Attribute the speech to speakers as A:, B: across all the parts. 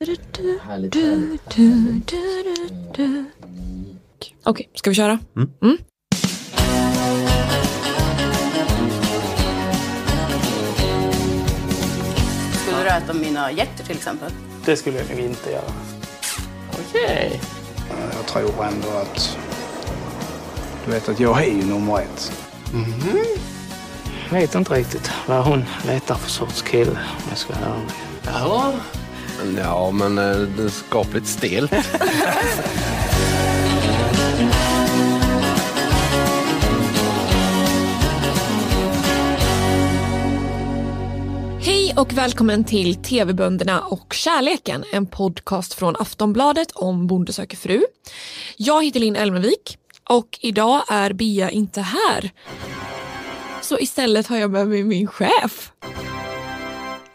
A: Du, du,
B: Härligt,
A: du,
B: härligt.
A: du, du, du. Okej, ska vi köra?
C: Mm.
D: Skulle du äta mina hjärtor till exempel?
E: Det skulle jag nog inte göra.
B: Okej.
F: Jag tror ändå att... Du vet att jag är ju nummer ett.
E: Jag vet inte riktigt vad hon letar för sorts kille om jag ska vara ärlig.
B: Ja.
C: Ja, men eh, det är skapligt stelt.
A: Hej och välkommen till TV-bönderna och kärleken, en podcast från Aftonbladet om Bonde söker fru. Jag heter Linn Elmenvik och idag är Bea inte här. Så istället har jag med mig min chef.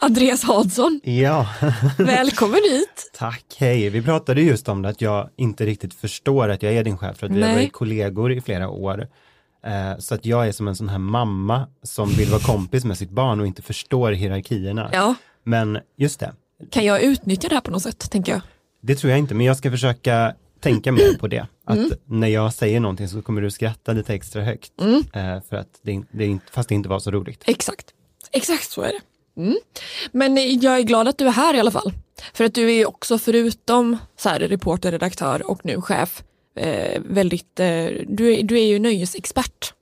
A: Andreas Hansson,
G: Ja,
A: välkommen hit.
G: tack. Hej. Vi pratade just om det att jag inte riktigt förstår att jag är din chef för att vi
A: Nej.
G: har varit kollegor i flera år. Eh, Så att jag är som en sån här mamma som vill vara kompis med sitt barn och inte förstår hierarkierna.
A: Ja,
G: Men just det,
A: kan jag utnyttja det här på något sätt, tänker jag.
G: det tror jag inte, men jag ska försöka tänka mer på det. Att
A: Mm.
G: när jag säger någonting så kommer du skratta lite extra högt.
A: Mm.
G: Eh, För att det, det, är inte- fast det inte var så roligt.
A: Exakt. Exakt så är det. Mm. Men eh, jag är glad att du är här i alla fall. För att du är ju också förutom så här, reporter, redaktör och nu chef eh, väldigt, eh, du, är, du är ju nöjesexpert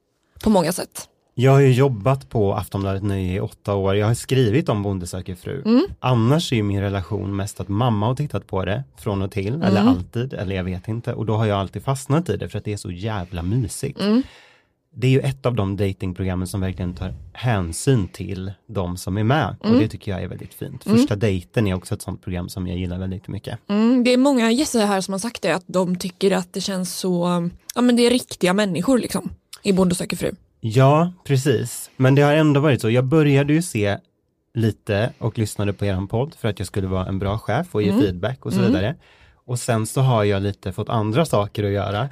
A: på många sätt.
G: Jag har ju jobbat på Aftonbladet Nöje i åtta år. Jag har skrivit om Bonde söker fru. Annars är ju min relation mest att mamma har tittat på det från och till, eller alltid, eller jag vet inte. Och då har jag alltid fastnat i det för att det är så jävla mysigt. Det är ju ett av de datingprogrammen som verkligen tar hänsyn till de som är med. Och det tycker jag är väldigt fint. Första dejten är också ett sånt program som jag gillar väldigt mycket.
A: Mm, det är många gäster här som har sagt det, att de tycker att det känns så, um, ja men det är riktiga människor liksom i Bonde söker fru.
G: Ja, precis. Men det har ändå varit så. Jag började ju se lite och lyssnade på er podd för att jag skulle vara en bra chef och ge
A: Mm.
G: feedback och så vidare. Och sen så har jag lite fått andra saker att göra.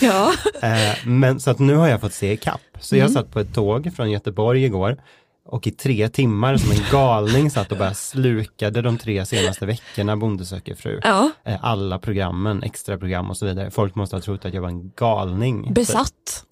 A: Ja,
G: Eh, men så att nu har jag fått se ikapp. Så
A: Mm.
G: jag satt på ett tåg från Göteborg igår och i tre timmar som en galning satt och bara slukade de tre senaste veckorna Bonde söker fru.
A: ja.
G: Eh, Alla programmen, extra program och så vidare. Folk måste ha trott att jag var en galning.
A: besatt.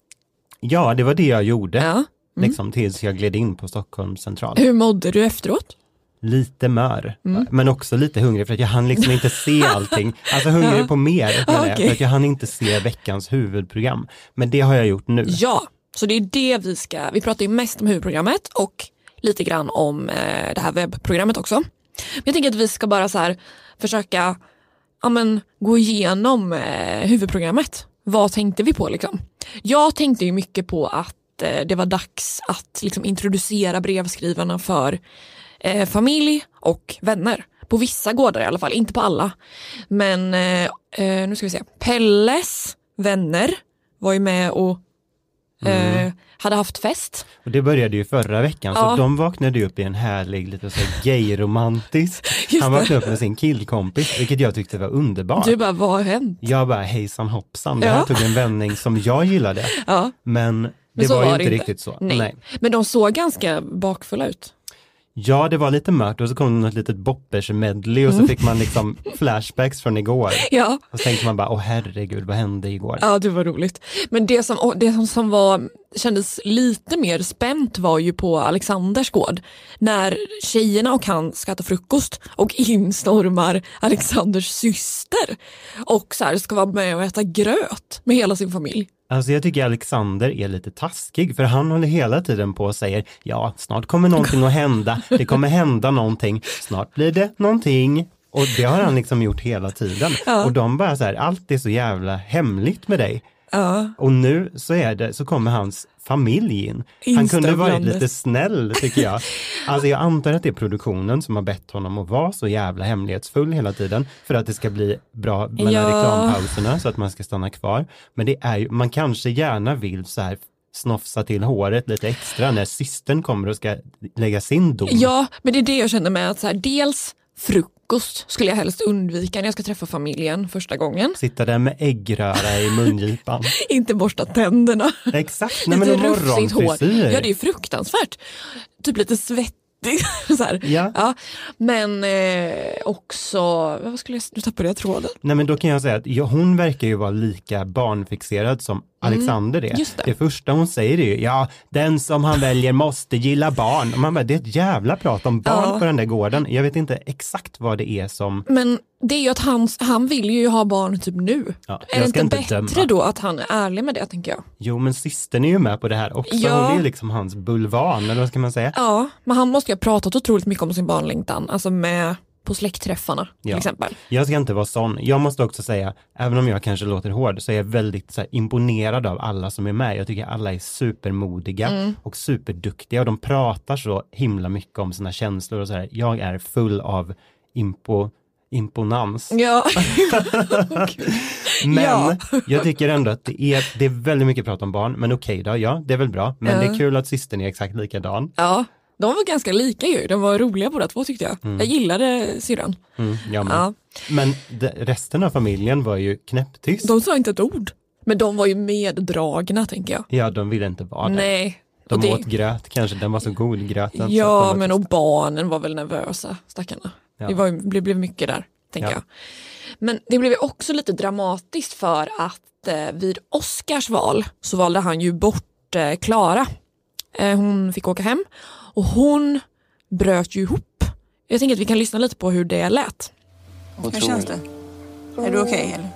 G: Ja, det var det jag gjorde.
A: Ja.
G: Liksom tills jag gled in på Stockholm central.
A: Mm. Hur Mm. mådde du efteråt?
G: Lite mör, men också lite hungrig för att jag hann liksom inte se allting. Alltså hungrig på mer, menar jag,
A: Okej.
G: för att jag hann inte se veckans huvudprogram. Men det har jag gjort nu.
A: Ja, så det är det vi ska, vi pratar ju mest om huvudprogrammet och lite grann om eh, det här webbprogrammet också. Men jag tänker att vi ska bara så här försöka ja, men, gå igenom eh, huvudprogrammet. Vad tänkte vi på liksom? Jag tänkte ju mycket på att eh, det var dags att liksom, introducera brevskrivarna för eh, familj och vänner. På vissa gårdar i alla fall, inte på alla. Men eh, eh, nu ska vi se. Pelles vänner var ju med och
G: Mm.
A: eh, hade haft fest.
G: Och det började ju förra veckan,
A: Ja.
G: så de vaknade ju upp i en härlig, lite så här gay-romantisk.
A: Just
G: Han
A: det.
G: vaknade upp med sin killkompis, vilket jag tyckte var underbart.
A: Du bara, vad har hänt?
G: Jag bara hejsan hoppsan, det
A: Ja.
G: här tog en vändning som jag gillade.
A: Ja,
G: Men det
A: men så
G: var ju
A: var det
G: inte
A: inte.
G: riktigt så.
A: nej. Men de såg ganska bakfulla ut.
G: Ja, det var lite mörkt och så kom det något litet boppers-medley och så fick man liksom flashbacks från igår.
A: Ja,
G: Och så tänkte man bara, åh herregud, vad hände igår?
A: ja det var roligt. Men det som, och det som, som var, kändes lite mer spänt var ju på Alexanders gård. När tjejerna och han ska äta frukost och instormar Alexanders syster och så här ska vara med och äta gröt med hela sin familj.
G: Alltså jag tycker Alexander är lite taskig, för han håller hela tiden på och säger, ja, snart kommer någonting att hända, det kommer hända någonting, snart blir det någonting. Och det har han liksom gjort hela tiden. Och de bara så här, allt är så jävla hemligt med dig. Och nu så, är det, så kommer hans familj in. Han kunde varit
A: Instövlandes.
G: lite snäll tycker jag. Alltså jag antar att det är produktionen som har bett honom att vara så jävla hemlighetsfull hela tiden för att det ska bli bra mellan
A: Ja.
G: reklampauserna så att man ska stanna kvar. Men det är ju, man kanske gärna vill så här snofsa till håret lite extra när systern kommer och ska lägga sin dom.
A: Ja, men det är det jag känner med att så här, dels frukost skulle jag helst undvika när jag ska träffa familjen första gången.
G: Sitta där med äggröra i mungipan.
A: Inte borsta tänderna.
G: Exakt, nej men
A: lite
G: en
A: rufsigt hår.
G: morgonfrisyr.
A: Ja, det är fruktansvärt. Typ lite svettig Det är så här.
G: Ja.
A: Ja. Men eh, också, vad skulle jag, nu tappade jag tråden.
G: Nej men då kan jag säga att ja, hon verkar ju vara lika barnfixerad som Alexander är.
A: Mm, just det.
G: första hon säger är ju, ja den som han väljer måste gilla barn. Och man bara, det är ett jävla prat om barn
A: Ja.
G: på den där gården. Jag vet inte exakt vad det är som,
A: Men det är ju att han, han vill ju ha barn typ nu.
G: Ja,
A: är
G: jag
A: det
G: ska
A: inte,
G: inte
A: bättre
G: döma.
A: då att han är ärlig med det tänker jag?
G: jo men systern är ju med på det här också.
A: Ja.
G: Hon är ju liksom hans bulvan, eller vad ska man säga?
A: Ja, men han måste ju ha pratat otroligt mycket om sin barnlängtan, alltså med på släktträffarna till
G: Ja.
A: exempel.
G: Jag ska inte vara sån. Jag måste också säga, även om jag kanske låter hård, så är jag väldigt så här, imponerad av alla som är med. Jag tycker alla är supermodiga
A: Mm.
G: och superduktiga och de pratar så himla mycket om sina känslor och så här. Jag är full av impo, imponans.
A: Ja,
G: Men
A: Ja.
G: jag tycker ändå att det är, det är väldigt mycket prat om barn, men okej då, ja, det är väl bra. Men det är kul att systern är exakt likadan.
A: ja. De var ganska lika ju, de var roliga båda två tyckte jag. Jag gillade syrran.
G: Mm, jag med.
A: Ja.
G: Men de, resten av familjen var ju knäpptyst.
A: De sa inte ett ord, men de var ju meddragna tänker jag.
G: Ja, de ville inte vara där.
A: Nej.
G: De
A: och det-
G: åt gröt kanske, den var så god gröten. så att
A: Ja,
G: de var
A: men och
G: tysta.
A: barnen var väl nervösa, stackarna.
G: Ja.
A: Det, var, ju- det blev mycket där, tänker
G: Ja.
A: jag. Men det blev ju också lite dramatiskt för att eh, vid Oscars val så valde han ju bort eh, Klara. Eh, hon fick åka hem och hon bröt ju ihop. Jag tänker att vi kan lyssna lite på hur det lät.
H: Hur känns det? Är du okej? eller?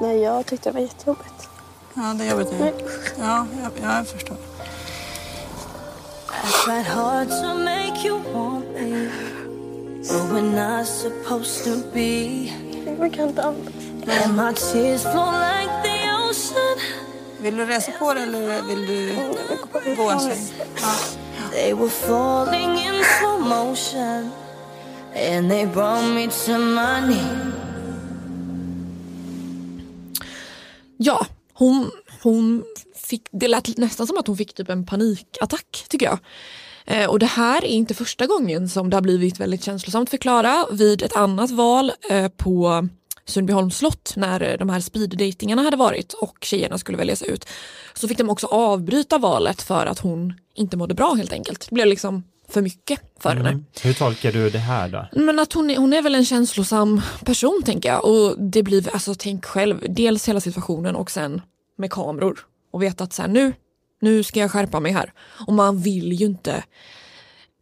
I: Nej, jag tyckte det var jättejobbigt.
H: ja, det är jobbigt nu. Ja, jag, jag förstår.
J: I tried hard to make you want me, but we're not supposed to be.
I: Jag kan inte andas.
J: And my tears flow like the ocean.
H: Vill du resa på dig eller vill du gå en sväng?
J: They were falling in slow motion, and they brought me to my knees.
A: Ja, hon, hon fick, det lät nästan som att hon fick typ en panikattack tycker jag. Eh, och det här är inte första gången som det har blivit väldigt känslosamt för Klara vid ett annat val eh, på Sundbyholms slott när eh, de här speeddejtingarna hade varit och tjejerna skulle väljas ut så fick de också avbryta valet för att hon inte mådde bra helt enkelt. Det blev liksom för mycket för henne.
G: Mm. Hur tolkar du det här då?
A: Men att hon är, hon är väl en känslosam person tänker jag. Och det blir, alltså tänk själv, dels hela situationen och sen med kameror. Och veta att så här, nu, nu ska jag skärpa mig här. Och man vill ju inte,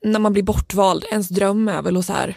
A: när man blir bortvald, ens dröm är väl att så här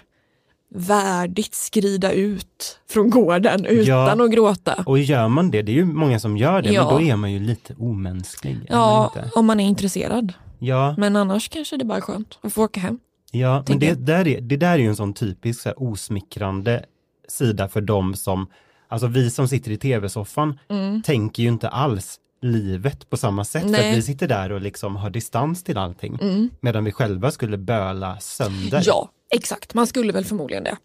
A: värdigt skrida ut från gården utan att gråta.
G: Och gör man det, det är ju många som gör det,
A: Ja.
G: men då är man ju lite omänsklig. är man
A: Ja,
G: inte?
A: om man är intresserad.
G: ja,
A: Men annars kanske det bara är skönt att få åka hem.
G: ja men
A: tänker
G: det
A: jag.
G: där, är, det där är ju en sån typisk så här, osmickrande sida för dem som, alltså vi som sitter i tv-soffan tänker ju inte alls livet på samma sätt. För
A: Mm. Nej. Mm.
G: att vi sitter där och liksom har distans till allting. Medan vi själva skulle böla sönder.
A: Ja, exakt. Man skulle väl förmodligen det.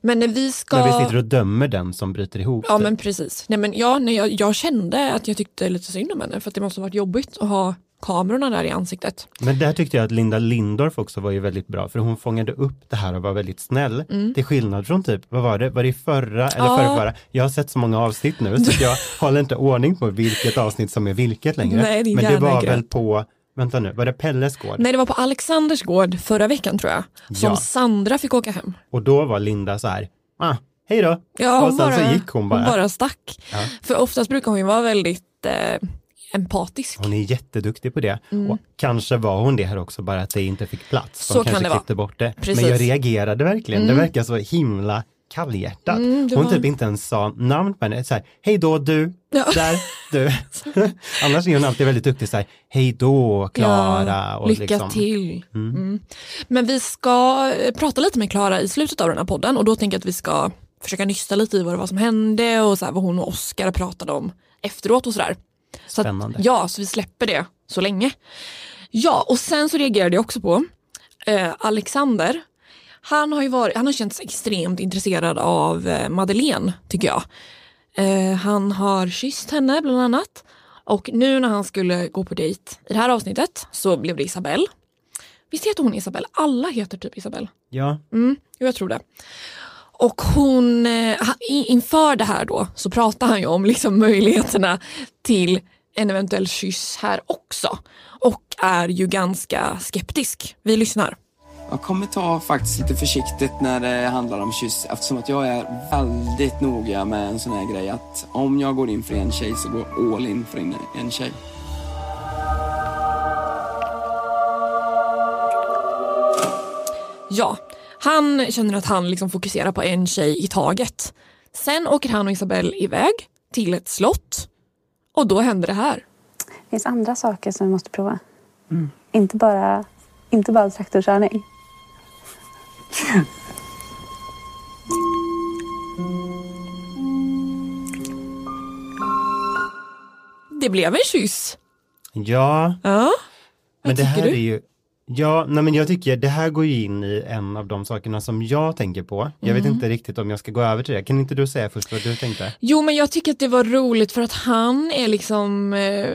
A: Men när vi ska...
G: När vi sitter och dömer den som bryter ihop.
A: Ja
G: typ.
A: men precis. Nej, men ja, nej, jag, jag kände att jag tyckte lite synd om henne för att det måste ha varit jobbigt att ha kamerorna där i ansiktet.
G: Men där tyckte jag att Linda Lindorff också var ju väldigt bra, för hon fångade upp det här och var väldigt snäll. Till skillnad från typ, vad var det, var det i förra eller
A: Mm. Ja.
G: förra, förra? Jag har sett så många avsnitt nu så att jag håller inte ordning på vilket avsnitt som är vilket längre.
A: Nej, din
G: Men det
A: hjärna är
G: var
A: grön.
G: väl på, vänta nu, var det Pelles gård?
A: Nej det var på Alexanders gård förra veckan tror jag som
G: Ja.
A: Sandra fick åka hem.
G: Och då var Linda så här, ah, hej då.
A: Ja,
G: och sen så gick hon bara.
A: hon bara stack.
G: Ja.
A: För oftast brukar hon ju vara väldigt eh, empatisk.
G: Hon är jätteduktig på det. Och kanske var hon det här också, bara att det inte fick plats. De
A: Mm. Så kan
G: kanske
A: det vara.
G: klippte bort det.
A: Precis.
G: Men jag reagerade verkligen. Det verkar så himla kallhjärtat.
A: Mm, det
G: hon
A: var-
G: typ inte ens sa namn på henne. Så här, hej då du,
A: Ja.
G: där, du. Annars är hon alltid väldigt duktig så här, hej då Klara.
A: Ja,
G: och
A: lycka
G: liksom,
A: till. Mm. Men vi ska eh, prata lite med Klara i slutet av den här podden och då tänker jag att vi ska försöka nysta lite i vad det var som hände och så här, vad hon och Oscar pratade om efteråt och sådär. Så att,
G: Spännande.
A: ja, så vi släpper det så länge. Ja, och sen så reagerade jag också på eh, Alexander. Han har ju varit, han har känts extremt intresserad av eh, Madeleine, tycker jag. Eh, han har kysst henne bland annat. Och nu när han skulle gå på dejt i det här avsnittet så blev det Isabelle. Visst heter hon Isabelle? Alla heter typ Isabelle.
G: Ja,
A: Jo, jag tror det. Och hon, eh, ha- i- inför det här då så pratar han ju om liksom möjligheterna till en eventuell kyss här också. Och är ju ganska skeptisk. Vi lyssnar.
B: Jag kommer ta faktiskt lite försiktigt när det handlar om kyss eftersom att jag är väldigt noga med en sån här grej att om jag går in för en tjej så går jag all in för en, en tjej.
A: Ja, han känner att han liksom fokuserar på en tjej i taget. Sen åker han och Isabelle iväg till ett slott och då händer det här.
H: Det finns andra saker som vi måste prova. Inte, bara, inte bara traktorkörning.
A: Det blev en kyss.
G: Ja,
A: Ja,
G: men det här
A: tycker du?
G: är ju Ja, nej men jag tycker det här går ju in i en av de sakerna som jag tänker på. Jag
A: Mm.
G: vet inte riktigt om jag ska gå över till det. Kan inte du säga först vad du tänkte?
A: Jo men jag tycker att det var roligt för att han är liksom... Eh,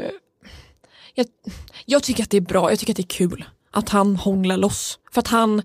A: jag, jag tycker att det är bra, jag tycker att det är kul att han hånglar loss. För att han,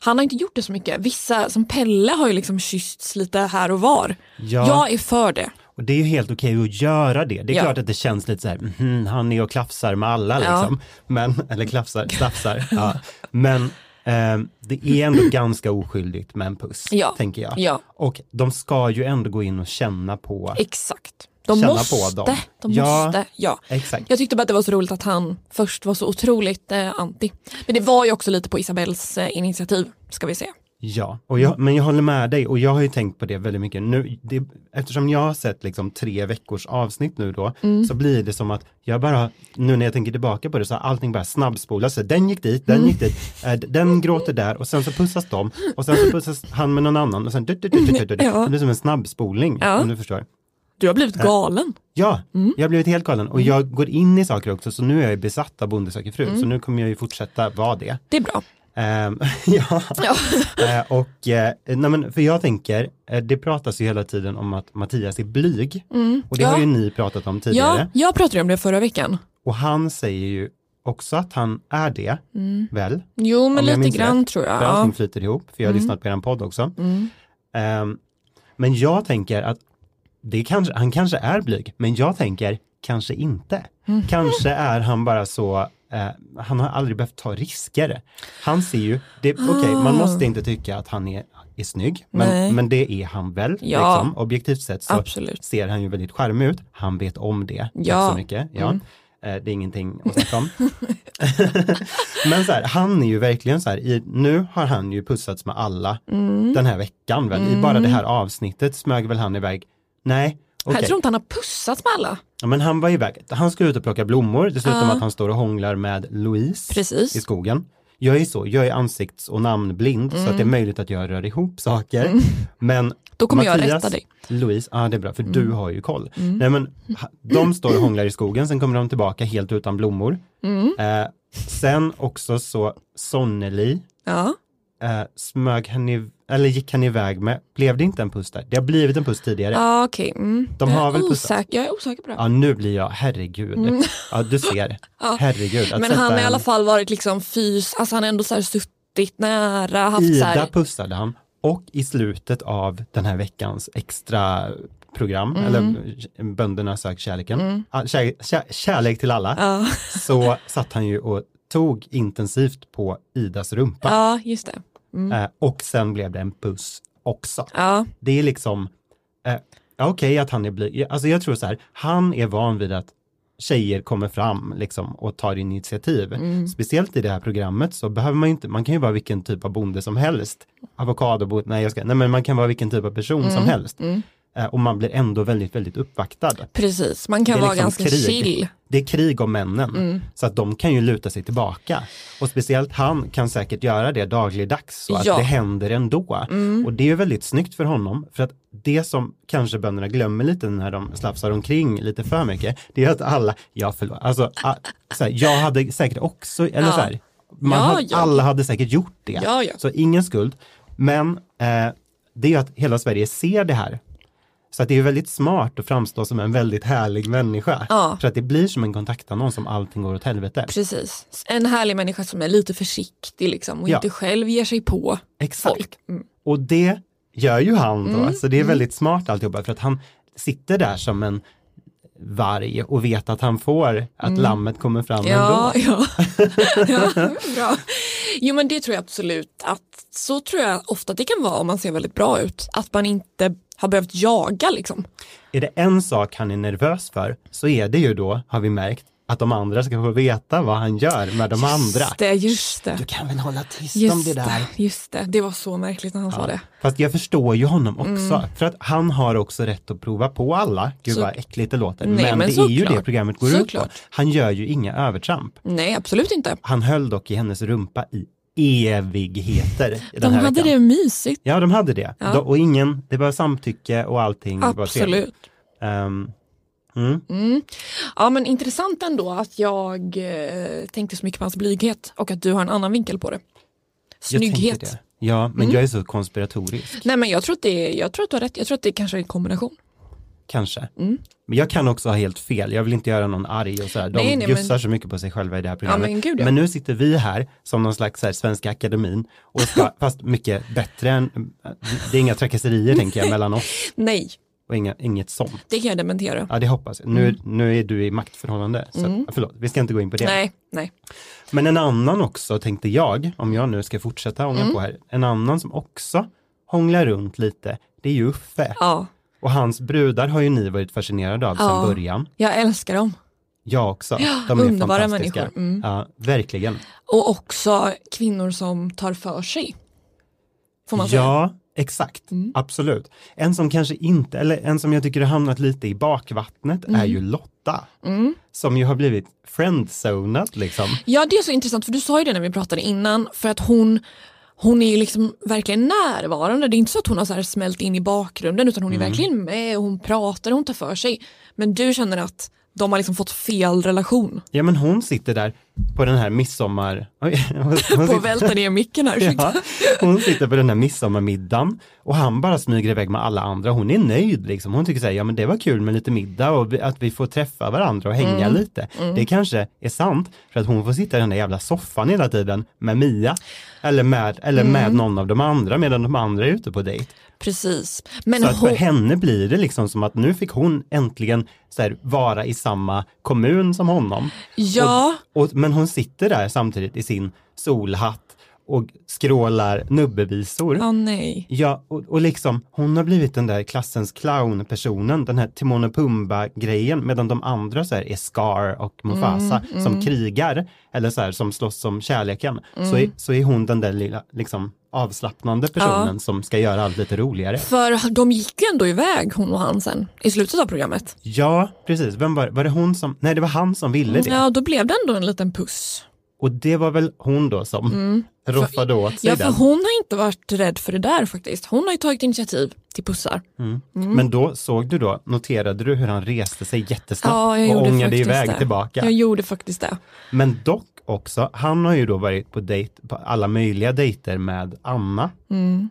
A: han har inte gjort det så mycket. Vissa, som Pelle har ju liksom kyssts lite här och var.
G: Ja.
A: Jag är för det.
G: Och det är ju helt okej att göra det. Det är
A: Ja.
G: klart att det känns lite så här, "Mhm, han är och klafsar med alla liksom. Men, eller klafsar, klafsar. ja. Men ehm, det är ändå ganska oskyldigt med en puss,
A: Ja.
G: tänker jag.
A: Ja.
G: Och de ska ju ändå gå in och känna på,
A: Exakt. De
G: Känna
A: måste.
G: på dem.
A: De
G: Ja.
A: måste. Ja.
G: exakt.
A: Jag tyckte bara att det var så roligt att han först var så otroligt eh, anti. Men det var ju också lite på Isabells eh, initiativ, ska vi säga.
G: Ja, och jag, men jag håller med dig och jag har ju tänkt på det väldigt mycket nu. Det, eftersom jag har sett liksom tre veckors avsnitt nu då,
A: Mm.
G: så blir det som att jag bara, nu när jag tänker tillbaka på det så har allting bara snabbspolats. Så Den gick dit, den
A: Mm.
G: gick dit, eh, d- den gråter där och sen så pussas de och sen så pussas han med någon annan och sen du, du, du, du, du, du.
A: Ja.
G: Det blir som en snabbspolning,
A: Ja. Mm.
G: om du förstår.
A: Du har
G: Äh.
A: blivit galen.
G: Ja, jag har blivit helt galen och jag går in i saker också så nu är jag ju besatt av Bonde söker fru
A: Mm.
G: så nu kommer jag ju fortsätta vara det.
A: Det är bra.
G: Ehm, ja.
A: Ja.
G: Eh, och, eh, nej men, för jag tänker, eh, det pratas ju hela tiden om att Mattias är blyg. Och det
A: Mm. ja.
G: har ju ni pratat om tidigare.
A: Ja, jag pratade ju om det förra veckan.
G: Och han säger ju också att han är det,
A: Mm.
G: väl?
A: Jo, men
G: Om jag
A: lite
G: minns
A: grann
G: rätt.
A: tror
G: För
A: jag.
G: allting
A: Ja. Mm.
G: flyter ihop, för jag har lyssnat på er podd också. Ehm, men jag tänker att det kanske, han kanske är blyg, men jag tänker kanske inte.
A: Mm.
G: Kanske är han bara så, eh, han har aldrig behövt ta risker. Han ser ju, det- okej man måste inte tycka att han är, är snygg,
A: Ah. Nej.
G: men, men det är han väl.
A: Ja.
G: Liksom. Objektivt sett så
A: Absolut.
G: ser han ju väldigt charmig ut, han vet om det.
A: Ja. Mm.
G: Tack så mycket. Ja. Eh, Det är ingenting att snacka om. Men så här, han är ju verkligen så här, i, nu har han ju pussats med alla
A: Mm.
G: den här veckan väl, i bara det här avsnittet smög väl han iväg, nej, okej,
A: Jag Mm. tror inte han har pussats med alla.
G: Ja, men han var iväg, han ska ut och plocka blommor, det slutar med att han står och hånglar med Louise
A: Precis.
G: i skogen. Jag är så, jag är ansikts och namnblind så att det är möjligt att jag rör ihop saker. Men
A: Mm. Då kommer jag
G: Mattias,
A: rätta dig. Mm.
G: Louise, ja ah, det är bra för du har ju koll. Nej men ha- de står och hånglar i skogen, sen kommer de tillbaka helt utan blommor.
A: Mm.
G: Eh, sen också så Sonneli
A: Ja.
G: eh, smög han i, eller gick han iväg med, blev det inte en puss där? Det har blivit en puss tidigare.
A: Ja, okej. Mm.
G: De har
A: jag,
G: väl
A: är
G: pussats?
A: osäker. jag är osäker på det.
G: Ja nu blir jag, herregud. Ja du ser, herregud. att
A: Mm. men
G: sätta
A: han har i alla
G: en-
A: fall varit liksom fys, alltså han har ändå så här suttit nära, haft så
G: Ida
A: här,
G: pussade han och i slutet av den här veckans extra program,
A: Mm.
G: eller Bönderna sök kärleken, Ah, kär, kär, kärlek till alla, så satt han ju och tog intensivt på Idas rumpa
A: ja just det. Mm.
G: eh, och sen blev det en puss också.
A: Ja,
G: Det är liksom, eh, ja, okej att han är blyg, alltså jag tror så här, han är van vid att tjejer kommer fram liksom och tar initiativ. Speciellt i det här programmet så behöver man ju inte, man kan ju vara vilken typ av bonde som helst. Avokadobonde, nej jag ska, nej men man kan vara vilken typ av person som helst. Eh, och man blir ändå väldigt, väldigt uppvaktad.
A: precis. Man kan
G: Det är
A: vara
G: liksom
A: ganska
G: krig.
A: chill. Mm.
G: Det är krig om männen, så att de kan ju luta sig tillbaka. Och speciellt han kan säkert göra det dagligdags så att
A: Ja. Mm.
G: det händer ändå. Och det är ju väldigt snyggt för honom, för att det som kanske bönderna glömmer lite när de slafsar omkring lite för mycket, det är att alla, ja förlåt, alltså, a, så här, jag hade säkert också, eller
A: Ja.
G: så här, man
A: Ja,
G: hade,
A: ja.
G: alla hade säkert gjort det.
A: Ja, ja.
G: Så ingen skuld. Men eh, det är ju att hela Sverige ser det här så att det är ju väldigt smart att framstå som en väldigt härlig människa.
A: Ja.
G: För att det blir som en kontaktannons om allting går åt helvete.
A: Precis. En härlig människa som är lite försiktig liksom och
G: Ja.
A: inte själv ger sig på.
G: Exakt.
A: folk.
G: Och det gör ju han då.
A: Mm.
G: Så det är väldigt smart alltihopa för att han sitter där som en varg och vet
A: Mm.
G: att han får att lammet kommer fram
A: Ja,
G: ändå.
A: ja. ja bra. Jo men det tror jag absolut att så tror jag ofta att det kan vara om man ser väldigt bra ut. Att man inte har behövt jaga liksom.
G: Är det en sak han är nervös för så är det ju då, har vi märkt, att de andra ska få veta vad han gör med de andra.
A: Just det, just det.
G: Du kan väl hålla tyst om
A: Just
G: det där.
A: det, just det. Det var så märkligt när han sa det.
G: Fast jag förstår ju honom också, för att han har också rätt att prova på alla. Gud
A: Mm. Så-
G: vad äckligt det låter,
A: Nej, men
G: men, det är ju
A: såklart.
G: det programmet går ut på.
A: Såklart.
G: Han gör ju inga övertramp.
A: Nej, absolut inte.
G: Han höll dock i hennes rumpa i evigheter. i
A: De
G: den här
A: hade
G: veckan.
A: det mysigt.
G: Ja, de hade det.
A: Ja.
G: De, och ingen, det var samtycke och allting. var trevligt.
A: Absolut.
G: Ehm, mm.
A: Ja men intressant ändå att jag eh, tänkte så mycket på hans blyghet och att du har en annan vinkel på det.
G: jag tänkte
A: Snygghet. Mm.
G: det. Ja, men jag är så konspiratorisk,
A: Nej men jag tror, att det är, jag tror att du har rätt, jag tror att det kanske är en kombination.
G: kanske.
A: Mm.
G: Men jag kan också ha helt fel, jag vill inte göra någon arg och sådär. De
A: Nej, nej, men-
G: bjussar så mycket på sig själva i det här programmet.
A: men gud, ja.
G: nu sitter vi här som någon slags så här, Svenska Akademin, och ska, fast mycket bättre än, det är inga trakasserier tänker jag mellan oss
A: Nej,
G: och inga, inget sånt.
A: det kan jag dementera.
G: Ja, det hoppas jag. Nu,
A: Mm.
G: nu är du i maktförhållande, så förlåt, vi ska inte gå in på det.
A: Nej, nej.
G: Men en annan också tänkte jag, om jag nu ska fortsätta ånga
A: Mm.
G: på här, en annan som också hånglar runt lite, det är ju Uffe.
A: Ja,
G: Och hans brudar har ju ni varit fascinerade av
A: Ja.
G: sedan början.
A: jag älskar dem.
G: Jag också. De är
A: underbara
G: fantastiska.
A: människor. Mm.
G: Ja, verkligen.
A: Och också kvinnor som tar för sig. Får man Mm. säga.
G: Ja, exakt. Absolut. En som kanske inte, eller en som jag tycker har hamnat lite i bakvattnet är ju
A: Mm.
G: Lotta. Som ju har blivit friendzonad liksom.
A: Ja det är så intressant för du sa ju det när vi pratade innan för att hon hon är ju liksom verkligen närvarande. Det är inte så att hon har så här smält in i bakgrunden utan
G: Mm.
A: hon är verkligen med och hon pratar och hon tar för sig. Men du känner att de har liksom fått fel relation.
G: Ja men hon sitter där på den här midsommar... Oj, hon
A: På
G: sitter-
A: att välta ner micken här, ursäkta.
G: Mm. Ja, hon sitter på den här midsommarmiddagen och han bara smyger iväg med alla andra. Hon är nöjd liksom. Hon tycker så här, ja men det var kul med lite middag och vi- att vi får träffa varandra och hänga
A: Mm.
G: lite. Det kanske är sant för att hon får sitta i den där jävla soffan hela tiden med Mia eller med, eller
A: Mm.
G: med någon av de andra medan de andra är ute på dejt.
A: Precis. Men
G: Så att för
A: hon,
G: henne blir det liksom som att nu fick hon äntligen så här, vara i samma kommun som honom.
A: ja,
G: Och, och, men hon sitter där samtidigt i sin solhatt och skrålar nubbevisor.
A: ja nej.
G: Ja, och, och liksom hon har blivit den där klassens clownpersonen, den här Timon och Pumba-grejen, medan de andra så här är Scar och Mufasa
A: Mm,
G: som krigar, eller så här som slåss om kärleken,
A: Mm.
G: så, är, så är hon den där lilla, liksom avslappnande personen som ska göra allt lite roligare.
A: För de gick ju ändå iväg hon och han sen i slutet av programmet.
G: Ja, precis. Vem var, var det hon som, nej det var han som ville det.
A: Mm, Ja, då blev det ändå en liten puss.
G: Och det var väl hon då som roffade åt sig
A: Mm. Ja, för
G: den.
A: hon har inte varit rädd för det där faktiskt. Hon har ju tagit initiativ till pussar.
G: Men då såg du då, noterade du hur han reste sig jättesnabbt
A: Ja, jag
G: och
A: gjorde
G: ångade
A: faktiskt
G: iväg
A: det.
G: tillbaka.
A: Jag gjorde faktiskt det.
G: Men dock också, han har ju då varit på, dejt, på alla möjliga dejter med Anna.
A: Mm.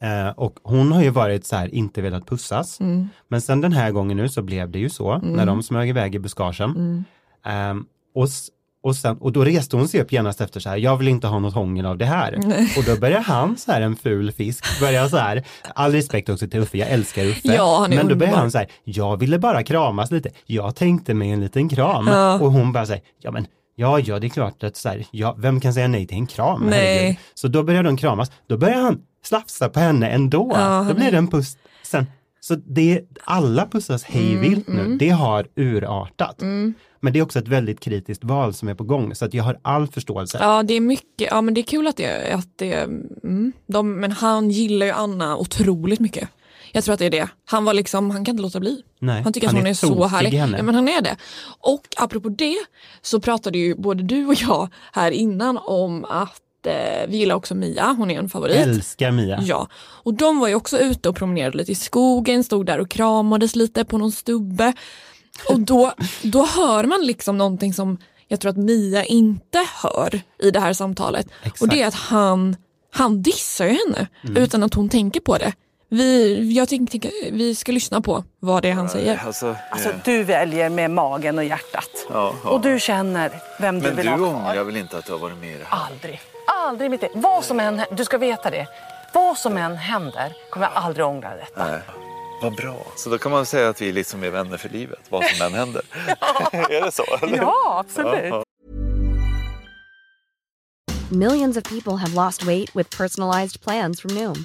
G: Eh, och hon har ju varit så här, inte velat pussas.
A: Mm.
G: Men sen den här gången nu så blev det ju så, när de smög iväg i buskagen.
A: Mm.
G: Ehm, och, s- och, sen, och då reste hon sig upp genast efter så här, jag vill inte ha något hångel av det här. Och då börjar han så här, en ful fisk, börjar så här, all respekt också till Uffe, jag älskar Uffe.
A: Ja, han är
G: Men då börjar
A: underbar.
G: han så här, jag ville bara kramas lite, jag tänkte mig en liten kram. Och hon bara så här, ja men Ja, ja, det är klart att så här, ja, vem kan säga nej till en kram?
A: Nej.
G: Herregud. Så då börjar de kramas, då börjar han slafsa på henne ändå. då blir det en puss sen. Så det, alla pussas hejvilt
A: Mm,
G: nu, det har urartat. Men det är också ett väldigt kritiskt val som är på gång, så att jag har all förståelse.
A: Ja, det är mycket. Ja, men det är kul att det, att det mm, de, men han gillar ju Anna otroligt mycket. Jag tror att det är det. Han var liksom, han kan inte låta bli.
G: Nej,
A: han tycker att
G: han
A: hon
G: är
A: är, så
G: tokig
A: härlig.
G: i henne.
A: Ja, men han är det. Och apropå det så pratade ju både du och jag här innan om att eh, vi gillar också Mia, hon är en favorit.
G: Älskar Mia.
A: Ja, och de var ju också ute och promenerade lite i skogen, stod där och kramades lite på någon stubbe. Och då, då hör man liksom någonting som jag tror att Mia inte hör i det här samtalet.
G: Exakt. Mm.
A: Och det är att han, han dissar ju henne utan att hon tänker på det. Vi, jag tänk, tänk, vi ska lyssna på vad det är han säger.
J: Alltså, du väljer med magen och hjärtat. Och du känner vem du vill ha kvar. Men du ångrar väl inte att du har varit med i det Aldrig. Aldrig i mitt liv. Vad som än händer, du ska veta det. Vad som än händer kommer jag aldrig ångra detta. Vad bra. Så då kan man säga att vi liksom är vänner för livet, vad som än händer. är det så? Ja, absolut.
K: Millions of people have lost weight with personalized plans from Noom,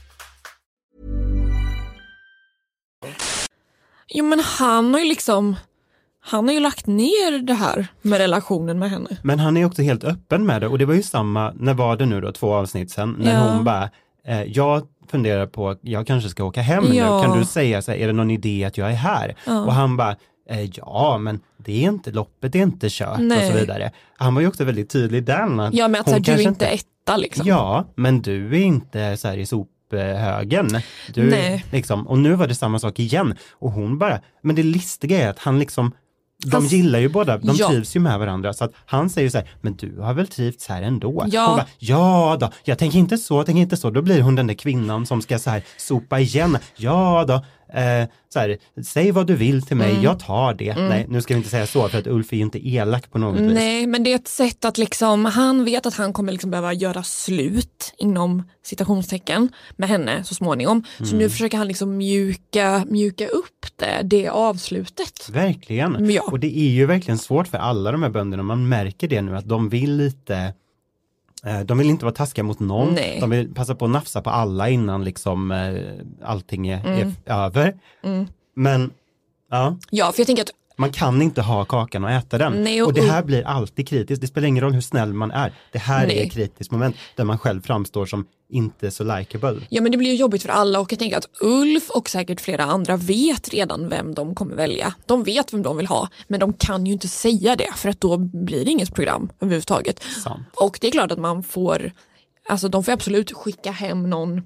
A: Jo men han har ju liksom, han har ju lagt ner det här med relationen med henne.
G: Men han är också helt öppen med det och det var ju samma, när var det nu då, två avsnitt sen, när
A: Ja.
G: hon bara, eh, jag funderar på, jag kanske ska åka hem
A: Ja.
G: nu, kan du säga så här, är det någon idé att jag är här?
A: Ja.
G: Och han bara, eh, ja men det är inte loppet, det är inte kört och
A: Nej.
G: så vidare. Han var ju också väldigt tydlig där med att
A: Ja men att så
G: hon
A: här, du är
G: kanske
A: inte etta liksom.
G: Ja, men du är inte så här i sophögen. Du,
A: Nej.
G: Liksom, och nu var det samma sak igen. Och hon bara, men det listiga är att han liksom, de
A: Han s-
G: gillar ju båda, de
A: Ja.
G: trivs ju med varandra. Så att han säger så här, men du har väl trivts här ändå?
A: Ja.
G: Hon bara, ja då, jag tänker inte så, tänker inte så. Då blir hon den där kvinnan som ska så här sopa igen. Ja då, eh, så här, säg vad du vill till mig,
A: Mm.
G: jag tar det.
A: Mm.
G: Nej, nu ska vi inte säga så, för att Ulf är ju inte elak på något vis.
A: Nej men det är ett sätt att liksom, han vet att han kommer liksom behöva göra slut inom citationstecken med henne så småningom. Så
G: Mm.
A: nu försöker han liksom mjuka, mjuka upp det, det avslutet.
G: Verkligen.
A: Mm, Ja.
G: Och det är ju verkligen svårt för alla de här bönderna. Man märker det nu att de vill lite eh, de vill inte vara taskiga mot någon,
A: Nej.
G: de vill passa på att nafsa på alla innan liksom eh, allting är,
A: Mm.
G: är över.
A: Mm.
G: Men ja,
A: Ja för jag tänker att
G: man kan inte ha kakan och äta den.
A: Nej, och-
G: och, det här blir alltid kritiskt, det spelar ingen roll hur snäll man är. Det här
A: Nej.
G: är ett kritiskt moment där man själv framstår som inte så likeable.
A: Ja men det blir ju jobbigt för alla och jag tänker att Ulf och säkert flera andra vet redan vem de kommer välja. De vet vem de vill ha men de kan ju inte säga det för att då blir det inget program överhuvudtaget.
G: Sant.
A: Och det är klart att man får, alltså de får absolut skicka hem någon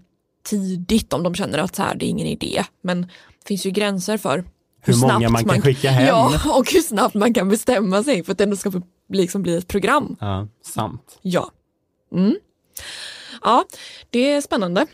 A: tidigt om de känner att så här, det är ingen idé. Men det finns ju gränser för
G: Hur många man kan skicka hem.
A: Ja, och hur snabbt man kan bestämma sig för att det ändå ska liksom bli ett program.
G: Ja, sant.
A: Ja. Mm. Ja, det är spännande.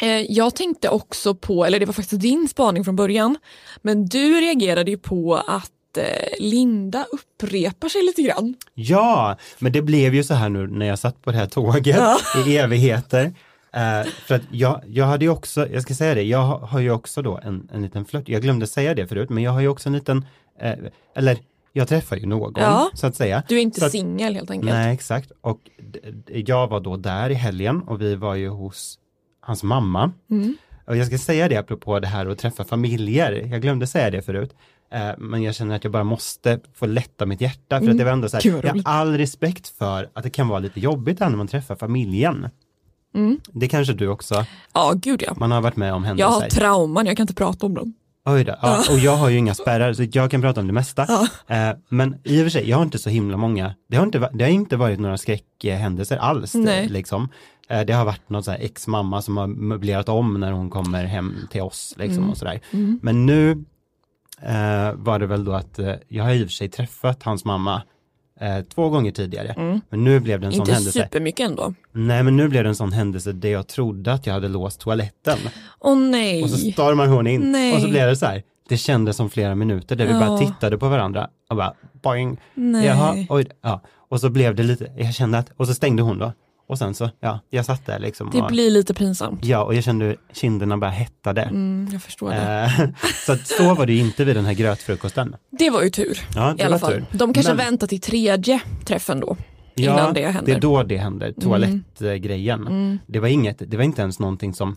A: Eh, Jag tänkte också på, eller det var faktiskt din spaning från början, men du reagerade ju på att eh, Linda upprepar sig lite grann.
G: Ja, men det blev ju så här nu när jag satt på det här tåget
A: Ja.
G: i evigheter. Eh, för att jag, jag hade ju också, jag ska säga det, jag har, har ju också då en, en liten flört, jag glömde säga det förut, men jag har ju också en liten, eh, eller jag träffar ju någon
A: Ja.
G: så att säga.
A: Du är
G: Så
A: inte
G: att-
A: singel helt enkelt.
G: Nej, exakt. Och d- d- jag var då där i helgen och vi var ju hos hans mamma.
A: Mm.
G: Och jag ska säga det apropå det här att träffa familjer. Jag glömde säga det förut. Eh, Men jag känner att jag bara måste få lätta mitt hjärta. För
A: Mm.
G: att det var ändå så
A: Gud,
G: här,
A: vad
G: jag har
A: roligt.
G: all respekt för att det kan vara lite jobbigt här när man träffar familjen.
A: Mm.
G: Det kanske du också,
A: Ja, gud ja.
G: man har varit med om
A: Jag har
G: händelser.
A: trauman, jag kan inte prata om dem.
G: Oj då, ja, och jag har ju inga spärrar så jag kan prata om det mesta. Eh, Men i och för sig, jag har inte så himla många, det har inte, va- det har inte varit några skräckhändelser alls. eh,
A: Nej.
G: Liksom. Eh, Det har varit någon så här ex-mamma som har möblerat om när hon kommer hem till oss. Liksom,
A: Mm.
G: och sådär.
A: Mm.
G: Men nu eh, var det väl då att eh, jag har i och för sig träffat hans mamma eh, två gånger tidigare.
A: Mm.
G: Men nu blev det en sån
A: Inte
G: händelse.
A: supermycket ändå.
G: Nej men nu blev det en sån händelse där jag trodde att jag hade låst toaletten.
A: Åh
G: Och så
A: nej.
G: stormar hon in
A: Nej.
G: och så blev det så här. Det kändes som flera minuter där vi
A: Ja.
G: bara tittade på varandra och bara boing.
A: Nej.
G: Jaha, oj, ja. Och så blev det lite, jag kände att, och så stängde hon då. Och sen så, ja, jag satt där liksom.
A: Det
G: och,
A: blir lite pinsamt.
G: Ja, och jag kände hur kinderna bara hettade.
A: Mm, jag förstår det.
G: Eh, så att så var det ju inte vid den här grötfrukosten.
A: Det var ju tur
G: Ja, det
A: i alla
G: var
A: fall.
G: tur.
A: De kanske
G: Men-
A: väntar till tredje träffen då. Innan
G: ja,
A: det händer.
G: det är då det händer, toalettgrejen.
A: Mm.
G: Det, var inget, det var inte ens någonting som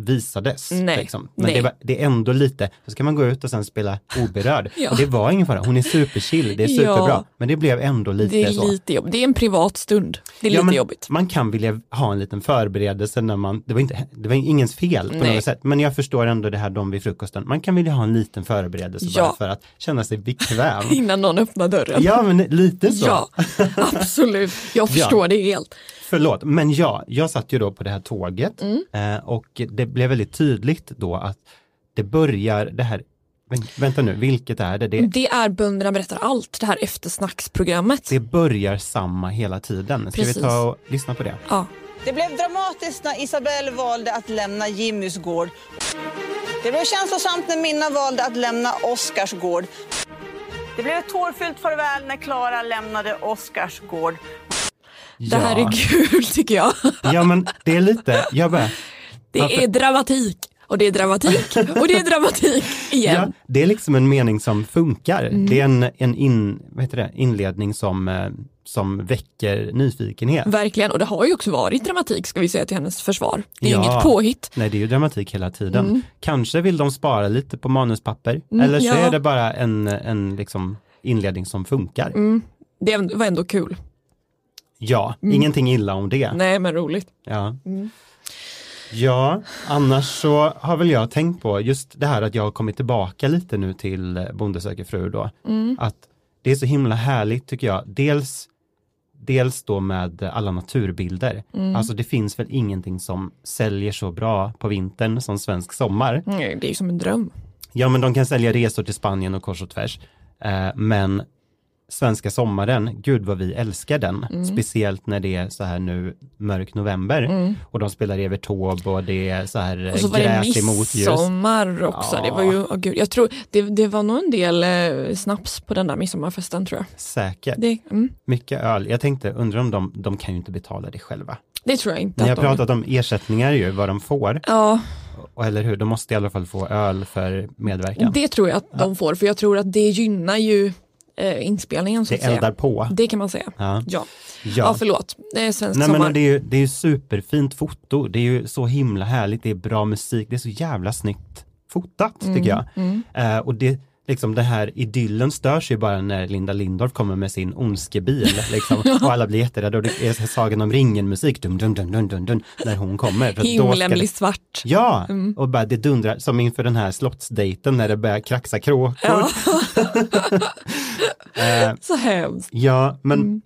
G: visades.
A: Nej,
G: Liksom. Men
A: nej.
G: Det, var, det är ändå lite, så ska man gå ut och sen spela oberörd.
A: Ja.
G: Och det var ingen fara, hon är superchill, det är
A: Ja.
G: superbra. Men det blev ändå lite
A: det är
G: så.
A: lite jobbigt. Det är en privat stund. Det är
G: Ja,
A: lite
G: men
A: jobbigt.
G: Man kan vilja ha en liten förberedelse när man, det var, inte, det var ingens fel på
A: Nej.
G: något sätt, men jag förstår ändå det här de vid frukosten, man kan vilja ha en liten förberedelse
A: Ja.
G: bara för att känna sig bekväm.
A: Innan någon öppnar dörren.
G: ja, men lite så.
A: Ja, absolut. Jag förstår det helt.
G: Förlåt, men ja, jag satt ju då på det här tåget
A: Mm.
G: eh, och det blev väldigt tydligt då att det börjar det här, men, vänta nu, vilket är det? det?
A: Det är Bönderna berättar allt, det här eftersnacksprogrammet.
G: Det börjar samma hela tiden. Ska
A: Precis.
G: vi ta och lyssna på det?
A: Ja.
L: Det blev dramatiskt när Isabelle valde att lämna Jimmys gård. Det blev känslosamt när Minna valde att lämna Oscars gård. Det blev ett tårfyllt farväl när Klara lämnade Oscars gård.
A: Det här är kul tycker jag.
G: Ja men det är lite, jag bara,
A: Det är dramatik och det är dramatik och det är dramatik igen. Mm.
G: Ja, det är liksom en mening som funkar. Det är en, en in, vad heter det, inledning som, eh, som väcker nyfikenhet.
A: Verkligen, och det har ju också varit dramatik ska vi säga till hennes försvar. Det är
G: Ja.
A: inget påhitt.
G: Nej, det är ju dramatik hela tiden.
A: Mm.
G: Kanske vill de spara lite på manuspapper,
A: Mm,
G: eller så
A: ja.
G: är det bara en, en liksom inledning som funkar.
A: Mm. Det var ändå kul.
G: Ja,
A: Mm.
G: ingenting illa om det.
A: Nej men roligt.
G: Ja.
A: Mm.
G: ja, annars så har väl jag tänkt på just det här att jag har kommit tillbaka lite nu till Bonde söker fru då.
M: Mm.
G: Att det är så himla härligt tycker jag. Dels, dels då med alla naturbilder.
A: Mm.
G: Alltså det finns väl ingenting som säljer så bra på vintern som svensk sommar.
A: Nej, det är ju som en dröm.
G: Ja, men de kan sälja resor till Spanien och kors och tvärs. Eh, men svenska sommaren, gud vad vi älskar den.
A: Mm.
G: Speciellt när det är så här nu mörk november
A: Mm.
G: och de spelar Evert Taube och det är så här eh,
A: Och så var det
G: gräs i motljus.
A: midsommar också.
G: Ja.
A: Det var ju, åh gud, jag tror, det, det var nog en del eh, snaps på den där midsommarfesten tror jag.
G: Säkert.
A: Det, mm,
G: Mycket öl. Jag tänkte, undrar om de, de kan ju inte betala det själva.
A: det tror jag inte.
G: Ni har
A: att de-
G: pratat om ersättningar ju, vad de får.
A: Ja,
G: Och, eller hur, de måste i alla fall få öl för medverkan.
A: det tror jag att de får för jag tror att det gynnar ju eh, inspelningen. Så
G: Det
A: att säga.
G: eldar på.
A: Det kan man säga.
G: Ja.
A: Ja,
G: Ja.
A: ja förlåt. Det är svensk
G: Nej,
A: sommar.
G: men det, är ju, det är ju superfint foto, det är ju så himla härligt, det är bra musik, det är så jävla snyggt fotat
A: Mm,
G: tycker jag.
A: mm.
G: Eh, och det, liksom den här idyllen störs ju bara när Linda Lindorff kommer med sin ondskebil liksom, och alla blir jätterädda och det är så här Sagan om ringen-musik, dum, dum, dum, dum, dum, dum, när hon kommer. För att då ska
A: Himlen
G: det-
A: blir svart.
G: Ja,
A: Mm.
G: och bara det dundrar som inför den här slottsdejten när det börjar kraxa kråkor.
A: Ja.
G: Eh,
A: Så hemskt.
G: Ja, men
A: Mm.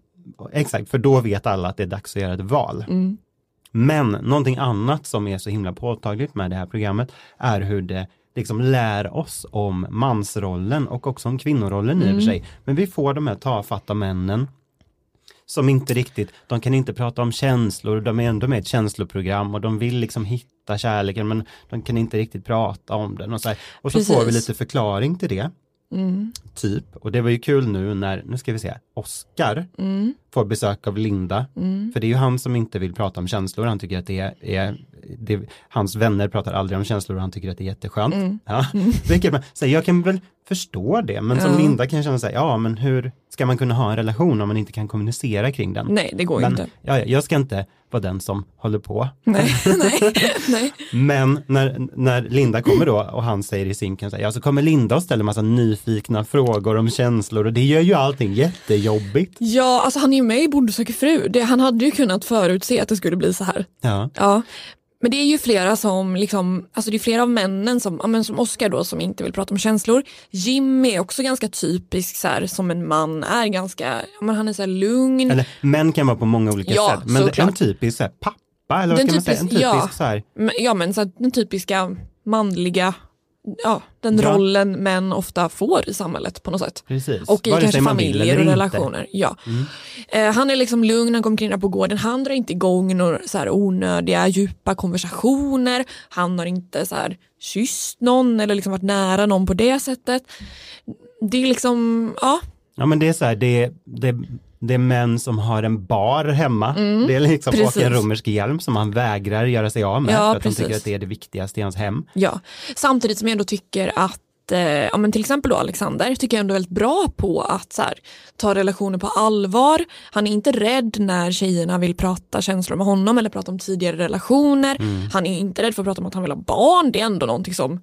G: exakt, för då vet alla att det är dags att göra ett val.
A: Mm.
G: Men någonting annat som är så himla påtagligt med det här programmet är hur det liksom lär oss om mansrollen och också om kvinnorollen i och
A: Mm.
G: för sig. Men vi får de här tafatta männen som inte riktigt, de kan inte prata om känslor, de är ändå med i ett känsloprogram och de vill liksom hitta kärleken men de kan inte riktigt prata om den och så, här. och så får vi
A: Precis.
G: lite förklaring till det
A: Mm.
G: typ. Och det var ju kul nu när, nu ska vi se, Oscar
A: Mm.
G: får besök av Linda.
A: Mm.
G: För det är ju han som inte vill prata om känslor, han tycker att det är, är det, hans vänner pratar aldrig om känslor och han tycker att det är jätteskönt.
A: Mm.
G: Ja. Vilket man, så här, jag kan väl förstå det, men som
A: Ja.
G: Linda kan jag känna sig, ja men hur ska man kunna ha en relation om man inte kan kommunicera kring den?
A: Nej, det går ju
G: men,
A: inte.
G: Ja, ja, jag ska inte vara den som håller på
A: Nej, nej, nej.
G: men när, när Linda kommer då och han säger i synken så här, ja så kommer Linda och ställer massa nyfikna frågor om känslor och det gör ju allting jättejobbigt.
A: Ja, alltså han är ju med i Bonde söker fru. Det, han hade ju kunnat förutse att det skulle bli så här.
G: Ja.
A: Ja. Men det är ju flera som, liksom, alltså det är flera av männen som, ja, men som Oscar då som inte vill prata om känslor. Jim är också ganska typisk så här, som en man är, ganska, ja, men han är så här lugn.
G: Eller män kan vara på många olika
A: Mm. Ja,
G: sätt, men
A: såklart.
G: en typisk så här, pappa eller vad
A: Den
G: kan man säga, en
A: typisk-
G: typisk
A: ja.
G: så här,
A: Men- Ja men så att den typiska manliga, ja den
G: Ja.
A: rollen män ofta får i samhället på något sätt.
G: precis,
A: Och i
G: vare sig
A: kanske
G: man vill
A: familjer
G: eller
A: och
G: inte.
A: relationer. Ja.
G: Mm.
A: Eh, han är liksom lugn, han kommer kring där på gården, han drar inte igång några så här onödiga djupa konversationer, han har inte så här kysst någon eller liksom varit nära någon på det sättet. Det är liksom, ja,
G: Ja men det är så här, det, är- det, är- det är män som har en bar hemma,
A: Mm,
G: det är liksom och
A: precis.
G: en romersk hjälm som han vägrar göra sig av med
A: Ja,
G: för att
A: precis.
G: han tycker att det är det viktigaste i hans hem.
A: Ja, samtidigt som jag ändå tycker att eh, ja, men till exempel då Alexander tycker jag ändå är väldigt bra på att så här, ta relationer på allvar. Han är inte rädd när tjejerna vill prata känslor med honom eller prata om tidigare relationer.
N: Mm.
A: Han är inte rädd för att prata om att han vill ha barn. Det är ändå någonting som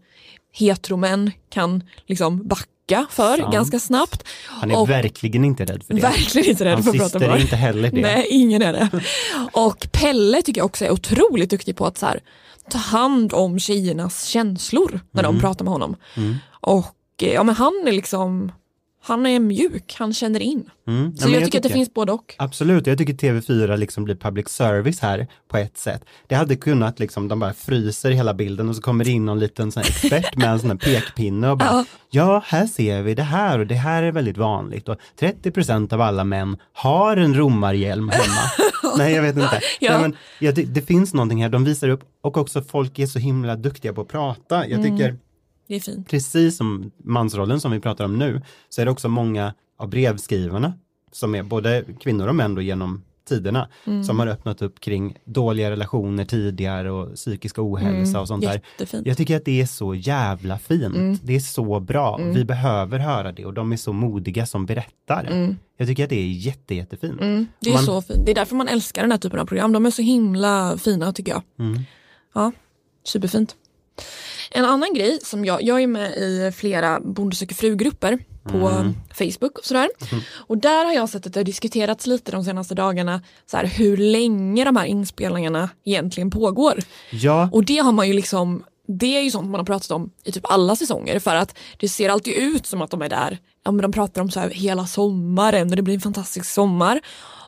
A: heteromän kan liksom backa för
G: Sant.
A: ganska snabbt.
G: Han är
A: Och-
G: verkligen inte rädd för det.
A: Verkligen inte rädd
G: hans
A: för att prata
G: syster
A: barn.
G: är inte heller det.
A: Nej, ingen är det. Och Pelle tycker jag också är otroligt duktig på att så här, ta hand om tjejernas känslor när de
O: Mm.
A: pratar med honom.
O: Mm.
A: Och eh, ja, men han är liksom Han är mjuk, han känner in.
G: Mm.
A: Så
G: Ja, men
A: jag, tycker att det finns både och.
G: Absolut, jag tycker TV4 liksom blir public service här på ett sätt. Det hade kunnat liksom, de bara fryser hela bilden och så kommer det in någon liten sån här expert med en sån här pekpinne och bara, ja. här ser vi det här och det här är väldigt vanligt och 30 av alla män har en romarhjälm hemma. Nej, jag vet inte.
A: Ja.
G: Nej, men, jag ty- det finns någonting här, de visar upp och också folk är så himla duktiga på att prata. Jag
A: Mm.
G: tycker
A: Det är fint.
G: precis som mansrollen som vi pratar om nu, så är det också många av brevskrivarna, som är både kvinnor och män då genom tiderna,
A: Mm.
G: som har öppnat upp kring dåliga relationer tidigare och psykisk ohälsa
A: Mm,
G: och sånt där.
A: jättefint.
G: Jag tycker att det är så jävla fint.
A: Mm.
G: Det är så bra.
A: Mm.
G: Vi behöver höra det och de är så modiga som berättar.
A: Mm.
G: Jag tycker att det är jätte, jättefint.
A: Mm. Det är
G: Man-
A: så fint. Det är därför man älskar den här typen av program. De är så himla fina tycker jag.
G: Mm.
A: Ja, superfint. En annan grej som jag, jag är med i flera Bonde söker fru-grupper på
M: Mm.
A: Facebook och sådär.
G: Mm.
A: Och där har jag sett att det har diskuterats lite de senaste dagarna så här, hur länge de här inspelningarna egentligen pågår.
G: Ja,
A: Och det har man ju liksom, det är ju sånt man har pratat om i typ alla säsonger för att det ser alltid ut som att de är där. Ja men de pratar om så här hela sommaren och det blir en fantastisk sommar.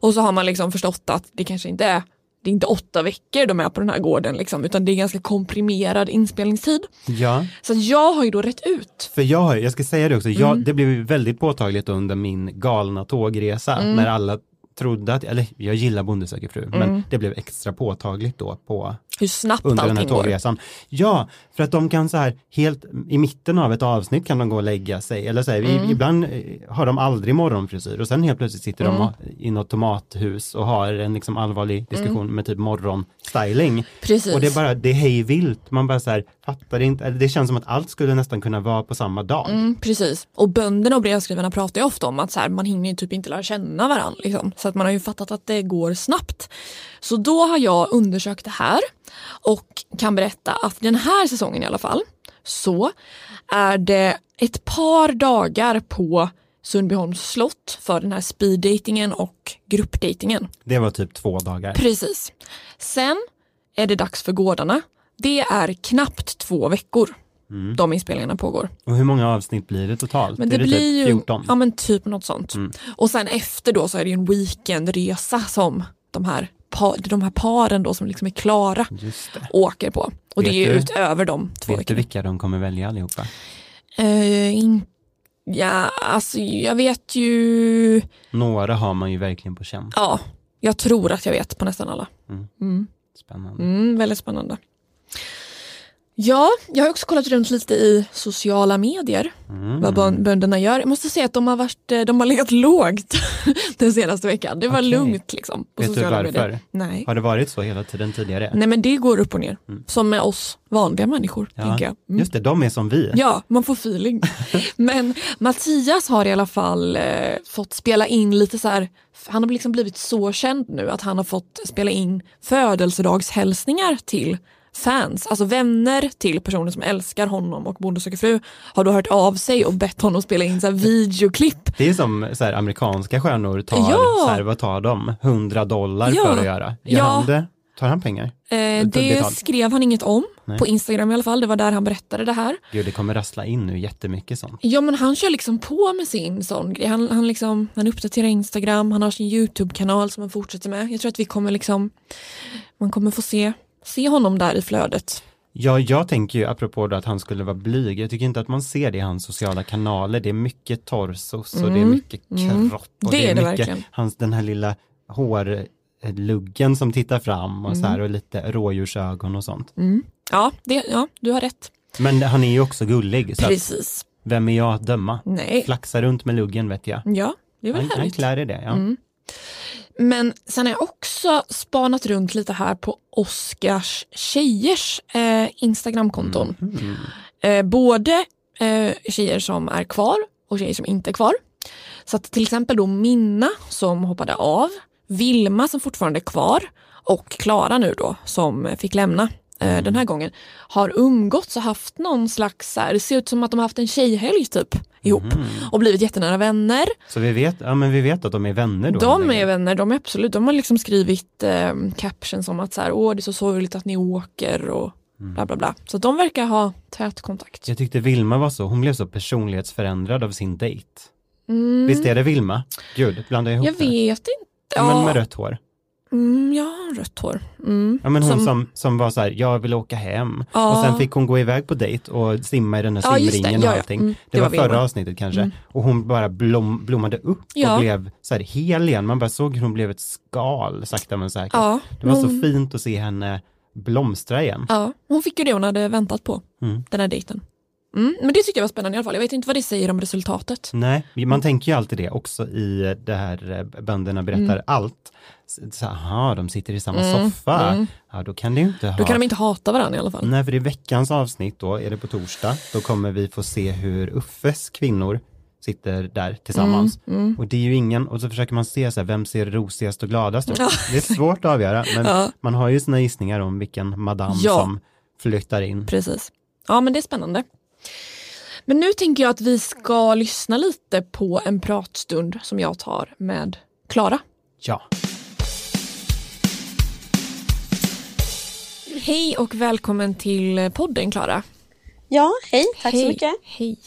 A: Och så har man liksom förstått att det kanske inte är, det är inte åtta veckor de är på den här gården liksom utan det är ganska komprimerad inspelningstid.
G: ja.
A: Så att jag har ju då rätt ut.
G: För jag, har, jag ska säga det också, jag,
A: Mm.
G: det blev ju väldigt påtagligt under min galna tågresa
A: Mm.
G: när alla trodde att, eller jag gillar Bonde söker fru,
A: Mm.
G: men det blev extra påtagligt då på
A: Hur snabbt
G: under den här
A: allting går.
G: tågresan. Ja, för att de kan så här helt i mitten av ett avsnitt kan de gå och lägga sig eller så här, i-
A: Mm.
G: ibland eh, har de aldrig morgonfrisyr och sen helt plötsligt sitter
A: Mm.
G: de i något tomathus och har en liksom allvarlig diskussion
A: Mm.
G: med typ morgonstyling.
A: Precis.
G: Och det är bara, det är hej vilt, man bara så här fattar inte, eller det känns som att allt skulle nästan kunna vara på samma dag.
A: Mm, precis. Och bönderna och brevskrivarna pratar ju ofta om att så här, man hinner ju typ inte lära känna varandra. Liksom. Så att man har ju fattat att det går snabbt. Så då har jag undersökt det här och kan berätta att den här säsongen i alla fall så är det ett par dagar på Sundbyholms slott för den här speeddatingen och gruppdatingen.
G: Det var typ två dagar.
A: Precis. Sen är det dags för gårdarna. Det är knappt två veckor
G: Mm.
A: de inspelningarna pågår.
G: Och hur många avsnitt blir det totalt?
A: Men
G: är
A: det,
G: det
A: blir
G: typ
A: ju
G: 14?
A: ja, men typ något sånt.
G: Mm.
A: Och sen efter då så är det ju en weekendresa som de här, pa- de här paren då som liksom är klara
G: Just det.
A: åker på. Och
G: Vet
A: det är ju
G: du-
A: utöver de två
G: Vet du
A: veckorna.
G: vilka de kommer välja allihopa?
A: Eh, in- ja, alltså jag vet ju,
G: Några har man ju verkligen på känn.
A: ja, jag tror att jag vet på nästan alla.
G: Mm.
A: Mm.
G: Spännande.
A: Mm, väldigt spännande. Ja, jag har också kollat runt lite i sociala medier
G: Mm.
A: vad bön- bönderna gör. Jag måste säga att de har, varit, eh, de har legat lågt den senaste veckan. Det var
G: Okej.
A: lugnt liksom. På
G: Vet du
A: sociala
G: varför?
A: medier. Nej.
G: Har det varit så hela tiden tidigare?
A: Nej men det går upp och ner.
G: Mm.
A: Som med oss vanliga människor.
G: Ja.
A: tänker jag. Mm.
G: Just det, de är som vi.
A: Ja, man får feeling. Men Mattias har i alla fall eh, fått spela in lite så här, han har liksom blivit så känd nu att han har fått spela in födelsedagshälsningar till fans, alltså vänner till personer som älskar honom och Bonde söker fru har då hört av sig och bett honom spela in så här videoklipp.
G: Det är som så här, amerikanska stjärnor tar,
A: Ja.
G: så här, vad tar de? 100 dollar
A: Ja.
G: för att göra. Gör
A: Ja.
G: han det? Tar han pengar?
A: Eh, det
G: Betalt.
A: skrev han inget om
G: Nej.
A: på Instagram i alla fall, det var där han berättade det här.
G: Gud, det kommer rassla in nu jättemycket sånt.
A: Ja men han kör liksom på med sin sån grej. Han, han, liksom, han uppdaterar Instagram, han har sin YouTube-kanal som han fortsätter med. Jag tror att vi kommer liksom, man kommer få se, se honom där i flödet.
G: Ja, jag tänker ju apropå då att han skulle vara blyg. Jag tycker inte att man ser det i hans sociala kanaler. Det är mycket torsos och det är
A: Mm.
G: mycket
A: Mm.
G: kropp. Och
A: Det är det
G: mycket,
A: verkligen.
G: Hans, den här lilla hårluggen som tittar fram och så här
A: Mm.
G: och lite rådjursögon och sånt.
A: Mm. Ja, det, ja, du har rätt.
G: Men han är ju också gullig. Så
A: Precis.
G: Att, vem är jag att döma?
A: Nej.
G: Flaxa runt med luggen vet jag.
A: Ja, det är väl
G: Han, han
A: härligt.
G: klär i det, ja.
A: Mm. Men sen har jag också spanat runt lite här på Oscars tjejers eh, Instagramkonton.
G: Mm.
A: Eh, både eh, tjejer som är kvar och tjejer som inte är kvar. Så att till exempel då Minna som hoppade av, Vilma som fortfarande är kvar och Klara nu då som fick lämna eh, den här gången har umgåtts och haft någon slags, så här, det ser ut som att de har haft en tjejhelg typ ihop och blivit jättenära vänner.
G: Så vi vet, ja, men vi vet att de är vänner då?
A: De
G: eller?
A: är vänner, de är absolut, de har liksom skrivit eh, captions om att så här, åh det är så sorgligt att ni åker och
G: Mm.
A: bla bla bla. Så de verkar ha tät kontakt.
G: Jag tyckte Vilma var så, hon blev så personlighetsförändrad av sin dejt.
A: Mm.
G: Visst är det Vilma? Gud, blandar jag ihop
A: Jag
G: det?
A: vet inte.
G: Ja. Men med rött hår.
A: Mm, ja, rött hår. Mm.
G: Ja, men hon som, som, var så här, jag vill åka hem.
A: Ja.
G: Och sen fick hon gå iväg på dejt och simma i den här
A: Ja, just det.
G: simringen
A: Ja,
G: och
A: ja.
G: allting.
A: Mm,
G: Det,
A: det
G: var,
A: var
G: förra
A: Vilma.
G: avsnittet kanske.
A: Mm.
G: Och hon bara blom, blommade upp
A: Ja.
G: och blev så här hel igen. Man bara såg hur hon blev ett skal sakta men säkert.
A: Ja,
G: Det var så
A: hon-
G: fint att se henne blomstra igen.
A: Ja, hon fick ju det hon hade väntat på,
G: Mm.
A: den här dejten. Mm, men det tyckte jag var spännande i alla fall. Jag vet inte vad det säger om resultatet.
G: Nej,
A: Mm.
G: man tänker ju alltid det också i det här eh, bönderna berättar
A: Mm.
G: allt. Så- Så, aha, de sitter i samma
A: Mm,
G: soffa.
A: mm.
G: Ja, då kan det ju inte ha...
A: Då kan de inte hata varandra i alla fall.
G: Nej, för i veckans avsnitt då, är det på torsdag, då kommer vi få se hur Uffes kvinnor sitter där tillsammans.
A: Mm, mm.
G: Och det är ju ingen, och så försöker man se så här, vem ser rosigast och gladast ut?
A: Ja,
G: det är svårt att avgöra, men
A: Ja.
G: man har ju sina gissningar om vilken madam
A: Ja.
G: som flyttar in.
A: Precis. Ja, men det är spännande. Men nu tänker jag att vi ska lyssna lite på en pratstund som jag tar med Klara.
G: Ja.
A: Hej och välkommen till podden Klara.
I: Ja, hej. Tack
A: Hej.
I: så mycket.
A: Hej.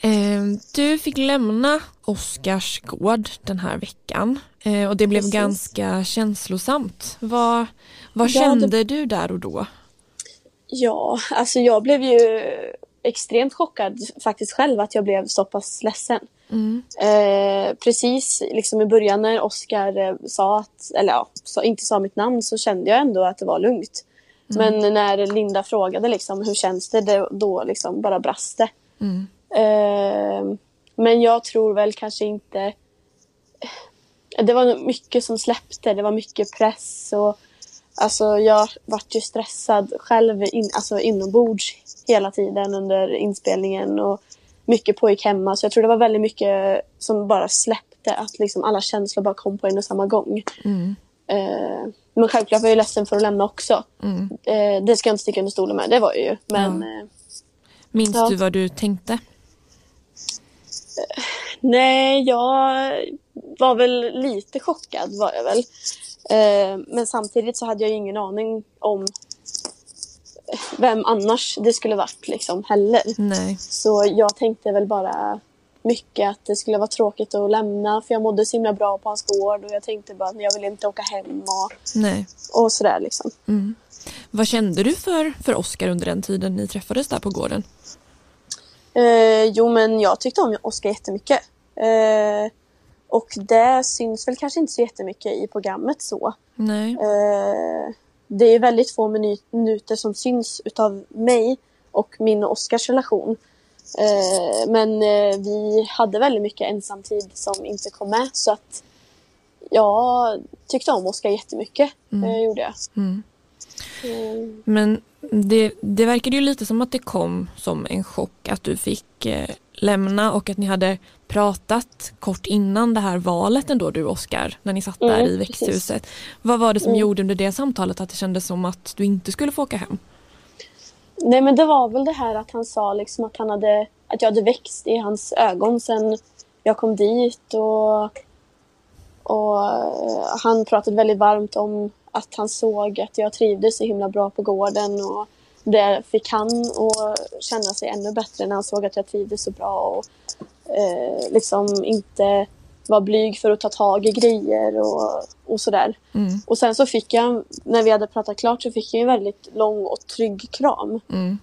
A: Ehm, Du fick lämna Oscars gård den här veckan Eh, och det blev
I: Precis.
A: ganska känslosamt. Vad, vad
I: Ja, det-
A: kände du där och då?
I: Ja, alltså jag blev ju extremt chockad faktiskt själv att jag blev så pass ledsen.
A: Mm.
I: Eh, precis liksom i början när Oscar eh, sa att, eller ja, sa, inte sa mitt namn så kände jag ändå att det var lugnt.
A: Mm.
I: Men när Linda frågade liksom hur känns det, det då liksom bara brast det.
A: Mm.
I: Eh, men jag tror väl kanske inte... Det var nog mycket som släppte. Det var mycket press. Och, alltså, jag vart ju stressad själv in, alltså, inombords hela tiden under inspelningen. Och mycket pågick hemma. Så jag tror det var väldigt mycket som bara släppte. Att liksom alla känslor bara kom på en och samma gång.
A: Mm.
I: Eh, men självklart var jag ju ledsen för att lämna också.
A: Mm.
I: Eh, det ska jag inte sticka under stolen med. Det var jag ju. Men, eh,
A: Minns
I: Ja.
A: du vad du tänkte?
I: Nej, jag var väl lite chockad var jag väl. Eh, Men samtidigt så hade jag ju ingen aning om eh, vem annars det skulle varit liksom heller.
A: Nej.
I: Så jag tänkte väl bara mycket att det skulle vara tråkigt att lämna för jag mådde så himla bra på hans gård och jag tänkte bara att jag ville inte åka hem och,
A: Nej.
I: och sådär liksom.
A: Mm. Vad kände du för, för Oscar under den tiden ni träffades där på gården?
I: Eh, jo, men jag tyckte om Oscar jättemycket. Eh, och det syns väl kanske inte så jättemycket i programmet så.
A: Nej.
I: Eh, det är väldigt få minu- minuter som syns utav mig och min och Oscars relation. Eh, men eh, vi hade väldigt mycket ensamtid som inte kom med så att jag tyckte om Oscar jättemycket.
A: Mm.
I: Eh, gjorde jag.
A: Mm.
I: Eh,
A: Men det, det verkade ju lite som att det kom som en chock att du fick eh, lämna och att ni hade pratat kort innan det här valet ändå du och Oscar när ni satt
I: Mm,
A: där i
I: precis.
A: växthuset. Vad var det som
I: Mm.
A: gjorde under det samtalet att det kändes som att du inte skulle få åka hem?
I: Nej men det var väl det här att han sa liksom att, han hade, att jag hade växt i hans ögon sen jag kom dit och, och eh, han pratade väldigt varmt om att han såg att jag trivdes så himla bra på gården och det fick han att känna sig ännu bättre när han såg att jag trivdes så bra och eh, liksom inte var blyg för att ta tag i grejer och, och sådär.
A: Mm.
I: Och sen så fick jag, när vi hade pratat klart, så fick jag en väldigt lång och trygg kram.
A: Mm.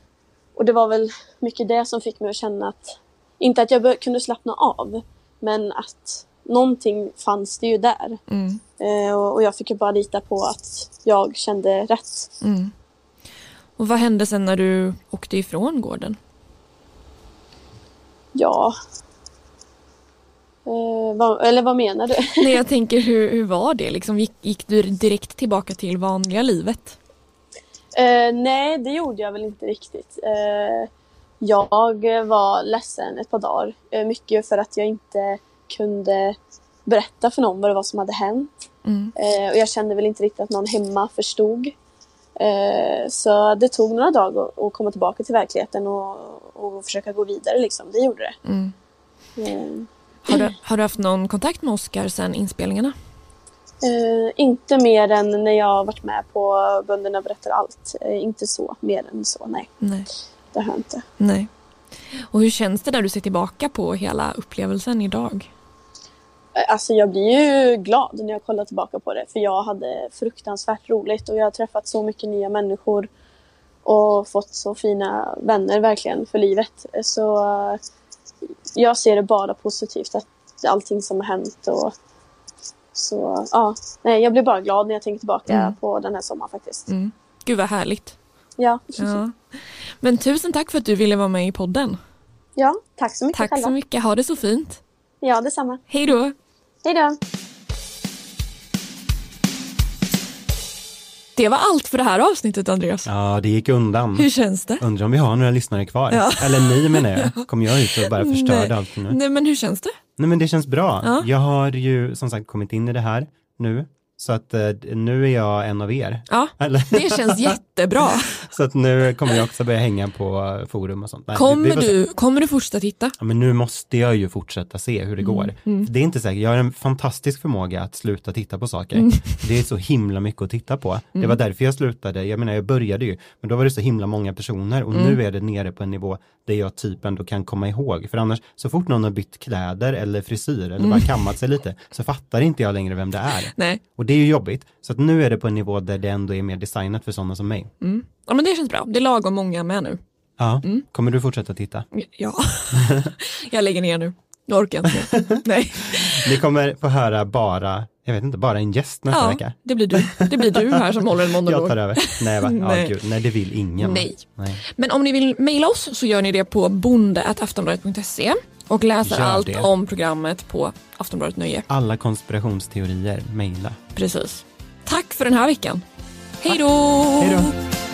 I: Och det var väl mycket det som fick mig att känna att, inte att jag bör- kunde slappna av, men att någonting fanns det ju där.
A: Mm.
I: Eh, och, och jag fick ju bara lita på att jag kände rätt.
A: Mm. Och vad hände sen när du åkte ifrån gården?
I: Ja. Eh, vad, eller vad menar du?
A: Nej, jag tänker hur, hur var det? Liksom, gick, gick du direkt tillbaka till vanliga livet?
I: Eh, nej, det gjorde jag väl inte riktigt. Eh, jag var ledsen ett par dagar. eh, mycket för att jag inte kunde berätta för någon vad det var som hade hänt.
A: Mm.
I: Eh, och jag kände väl inte riktigt att någon hemma förstod. Eh, så det tog några dagar att- att komma tillbaka till verkligheten och, och försöka gå vidare. Liksom. Det gjorde det.
A: Mm.
I: Eh,
A: Har, du, har du haft någon kontakt med Oscar sen inspelningarna?
I: Eh, inte mer än när jag har varit med på Bönderna berättar allt. Eh, inte så, mer än så, nej.
A: Nej.
I: Det har jag inte.
A: Nej. Och hur känns det när du ser tillbaka på hela upplevelsen idag?
I: Alltså jag blir ju glad när jag kollar tillbaka på det för jag hade fruktansvärt roligt och jag har träffat så mycket nya människor och fått så fina vänner verkligen för livet. Så eh, jag ser det bara positivt, att allting som har hänt och så ja, nej, jag blir bara glad när jag tänker tillbaka
A: Mm.
I: på den här sommaren faktiskt.
A: Mm. Gud vad härligt.
I: Ja.
A: Ja. Men tusen tack för att du ville vara med i podden.
I: ja, tack så mycket
A: Tack så
I: själva.
A: mycket. Ha det så fint.
I: Ja, detsamma.
A: Hej då.
I: Hej då.
A: Det var allt för det här avsnittet Andreas.
G: Ja, det gick undan.
A: Hur känns det?
G: Undrar om vi har några lyssnare kvar?
A: Ja.
G: Eller ni menar jag. Kommer jag ut och bara förstörde
A: Nej.
G: allt nu?
A: Nej men hur känns det?
G: Nej men det känns bra.
A: Ja.
G: Jag har ju som sagt kommit in i det här nu. Så att eh, nu är jag en av er.
A: Ja,
G: Eller?
A: det känns jättebra.
G: Så att nu kommer jag också börja hänga på forum och sånt. Nej, vi- vi
A: Kommer
G: får se.
A: du, kommer du fortsätta titta?
G: Ja, men nu måste jag ju fortsätta se hur det
A: Mm,
G: går.
A: mm.
G: Det är inte säkert, jag har en fantastisk förmåga att sluta titta på saker.
A: Mm.
G: Det är så himla mycket att titta på. Det
A: Mm.
G: var därför jag slutade, jag menar jag började ju, men då var det så himla många personer och
A: Mm.
G: nu är det nere på en nivå där jag typ ändå kan komma ihåg. För annars, så fort någon har bytt kläder eller frisyr eller
A: Mm.
G: bara kammat sig lite, så fattar inte jag längre vem det är.
A: Nej.
G: Och det är ju jobbigt. Så att nu är det på en nivå där det ändå är mer designat för sådana som mig.
A: Mm. Ja men det känns bra. Det är lagom många med nu.
G: Ja, kommer du fortsätta titta?
A: Ja. Jag lägger ner nu. Jag orkar inte mer. Nej.
G: Ni kommer få höra bara, jag vet inte, bara en gäst nästa
A: Ja,
G: vecka.
A: det blir du. Det blir du här som håller en monolog.
G: Jag tar över. Nej, va? Ja,
A: Nej.
G: gud. Nej det vill ingen.
A: Nej.
G: Nej.
A: Men om ni vill mejla oss så gör ni det på bonde.aftonbladet.se och läser
G: Gör
A: allt
G: det.
A: om programmet på Aftonbladet Nöje.
G: Alla konspirationsteorier, mejla.
A: Precis. Tack för den här veckan. Hej då!
G: Hej då!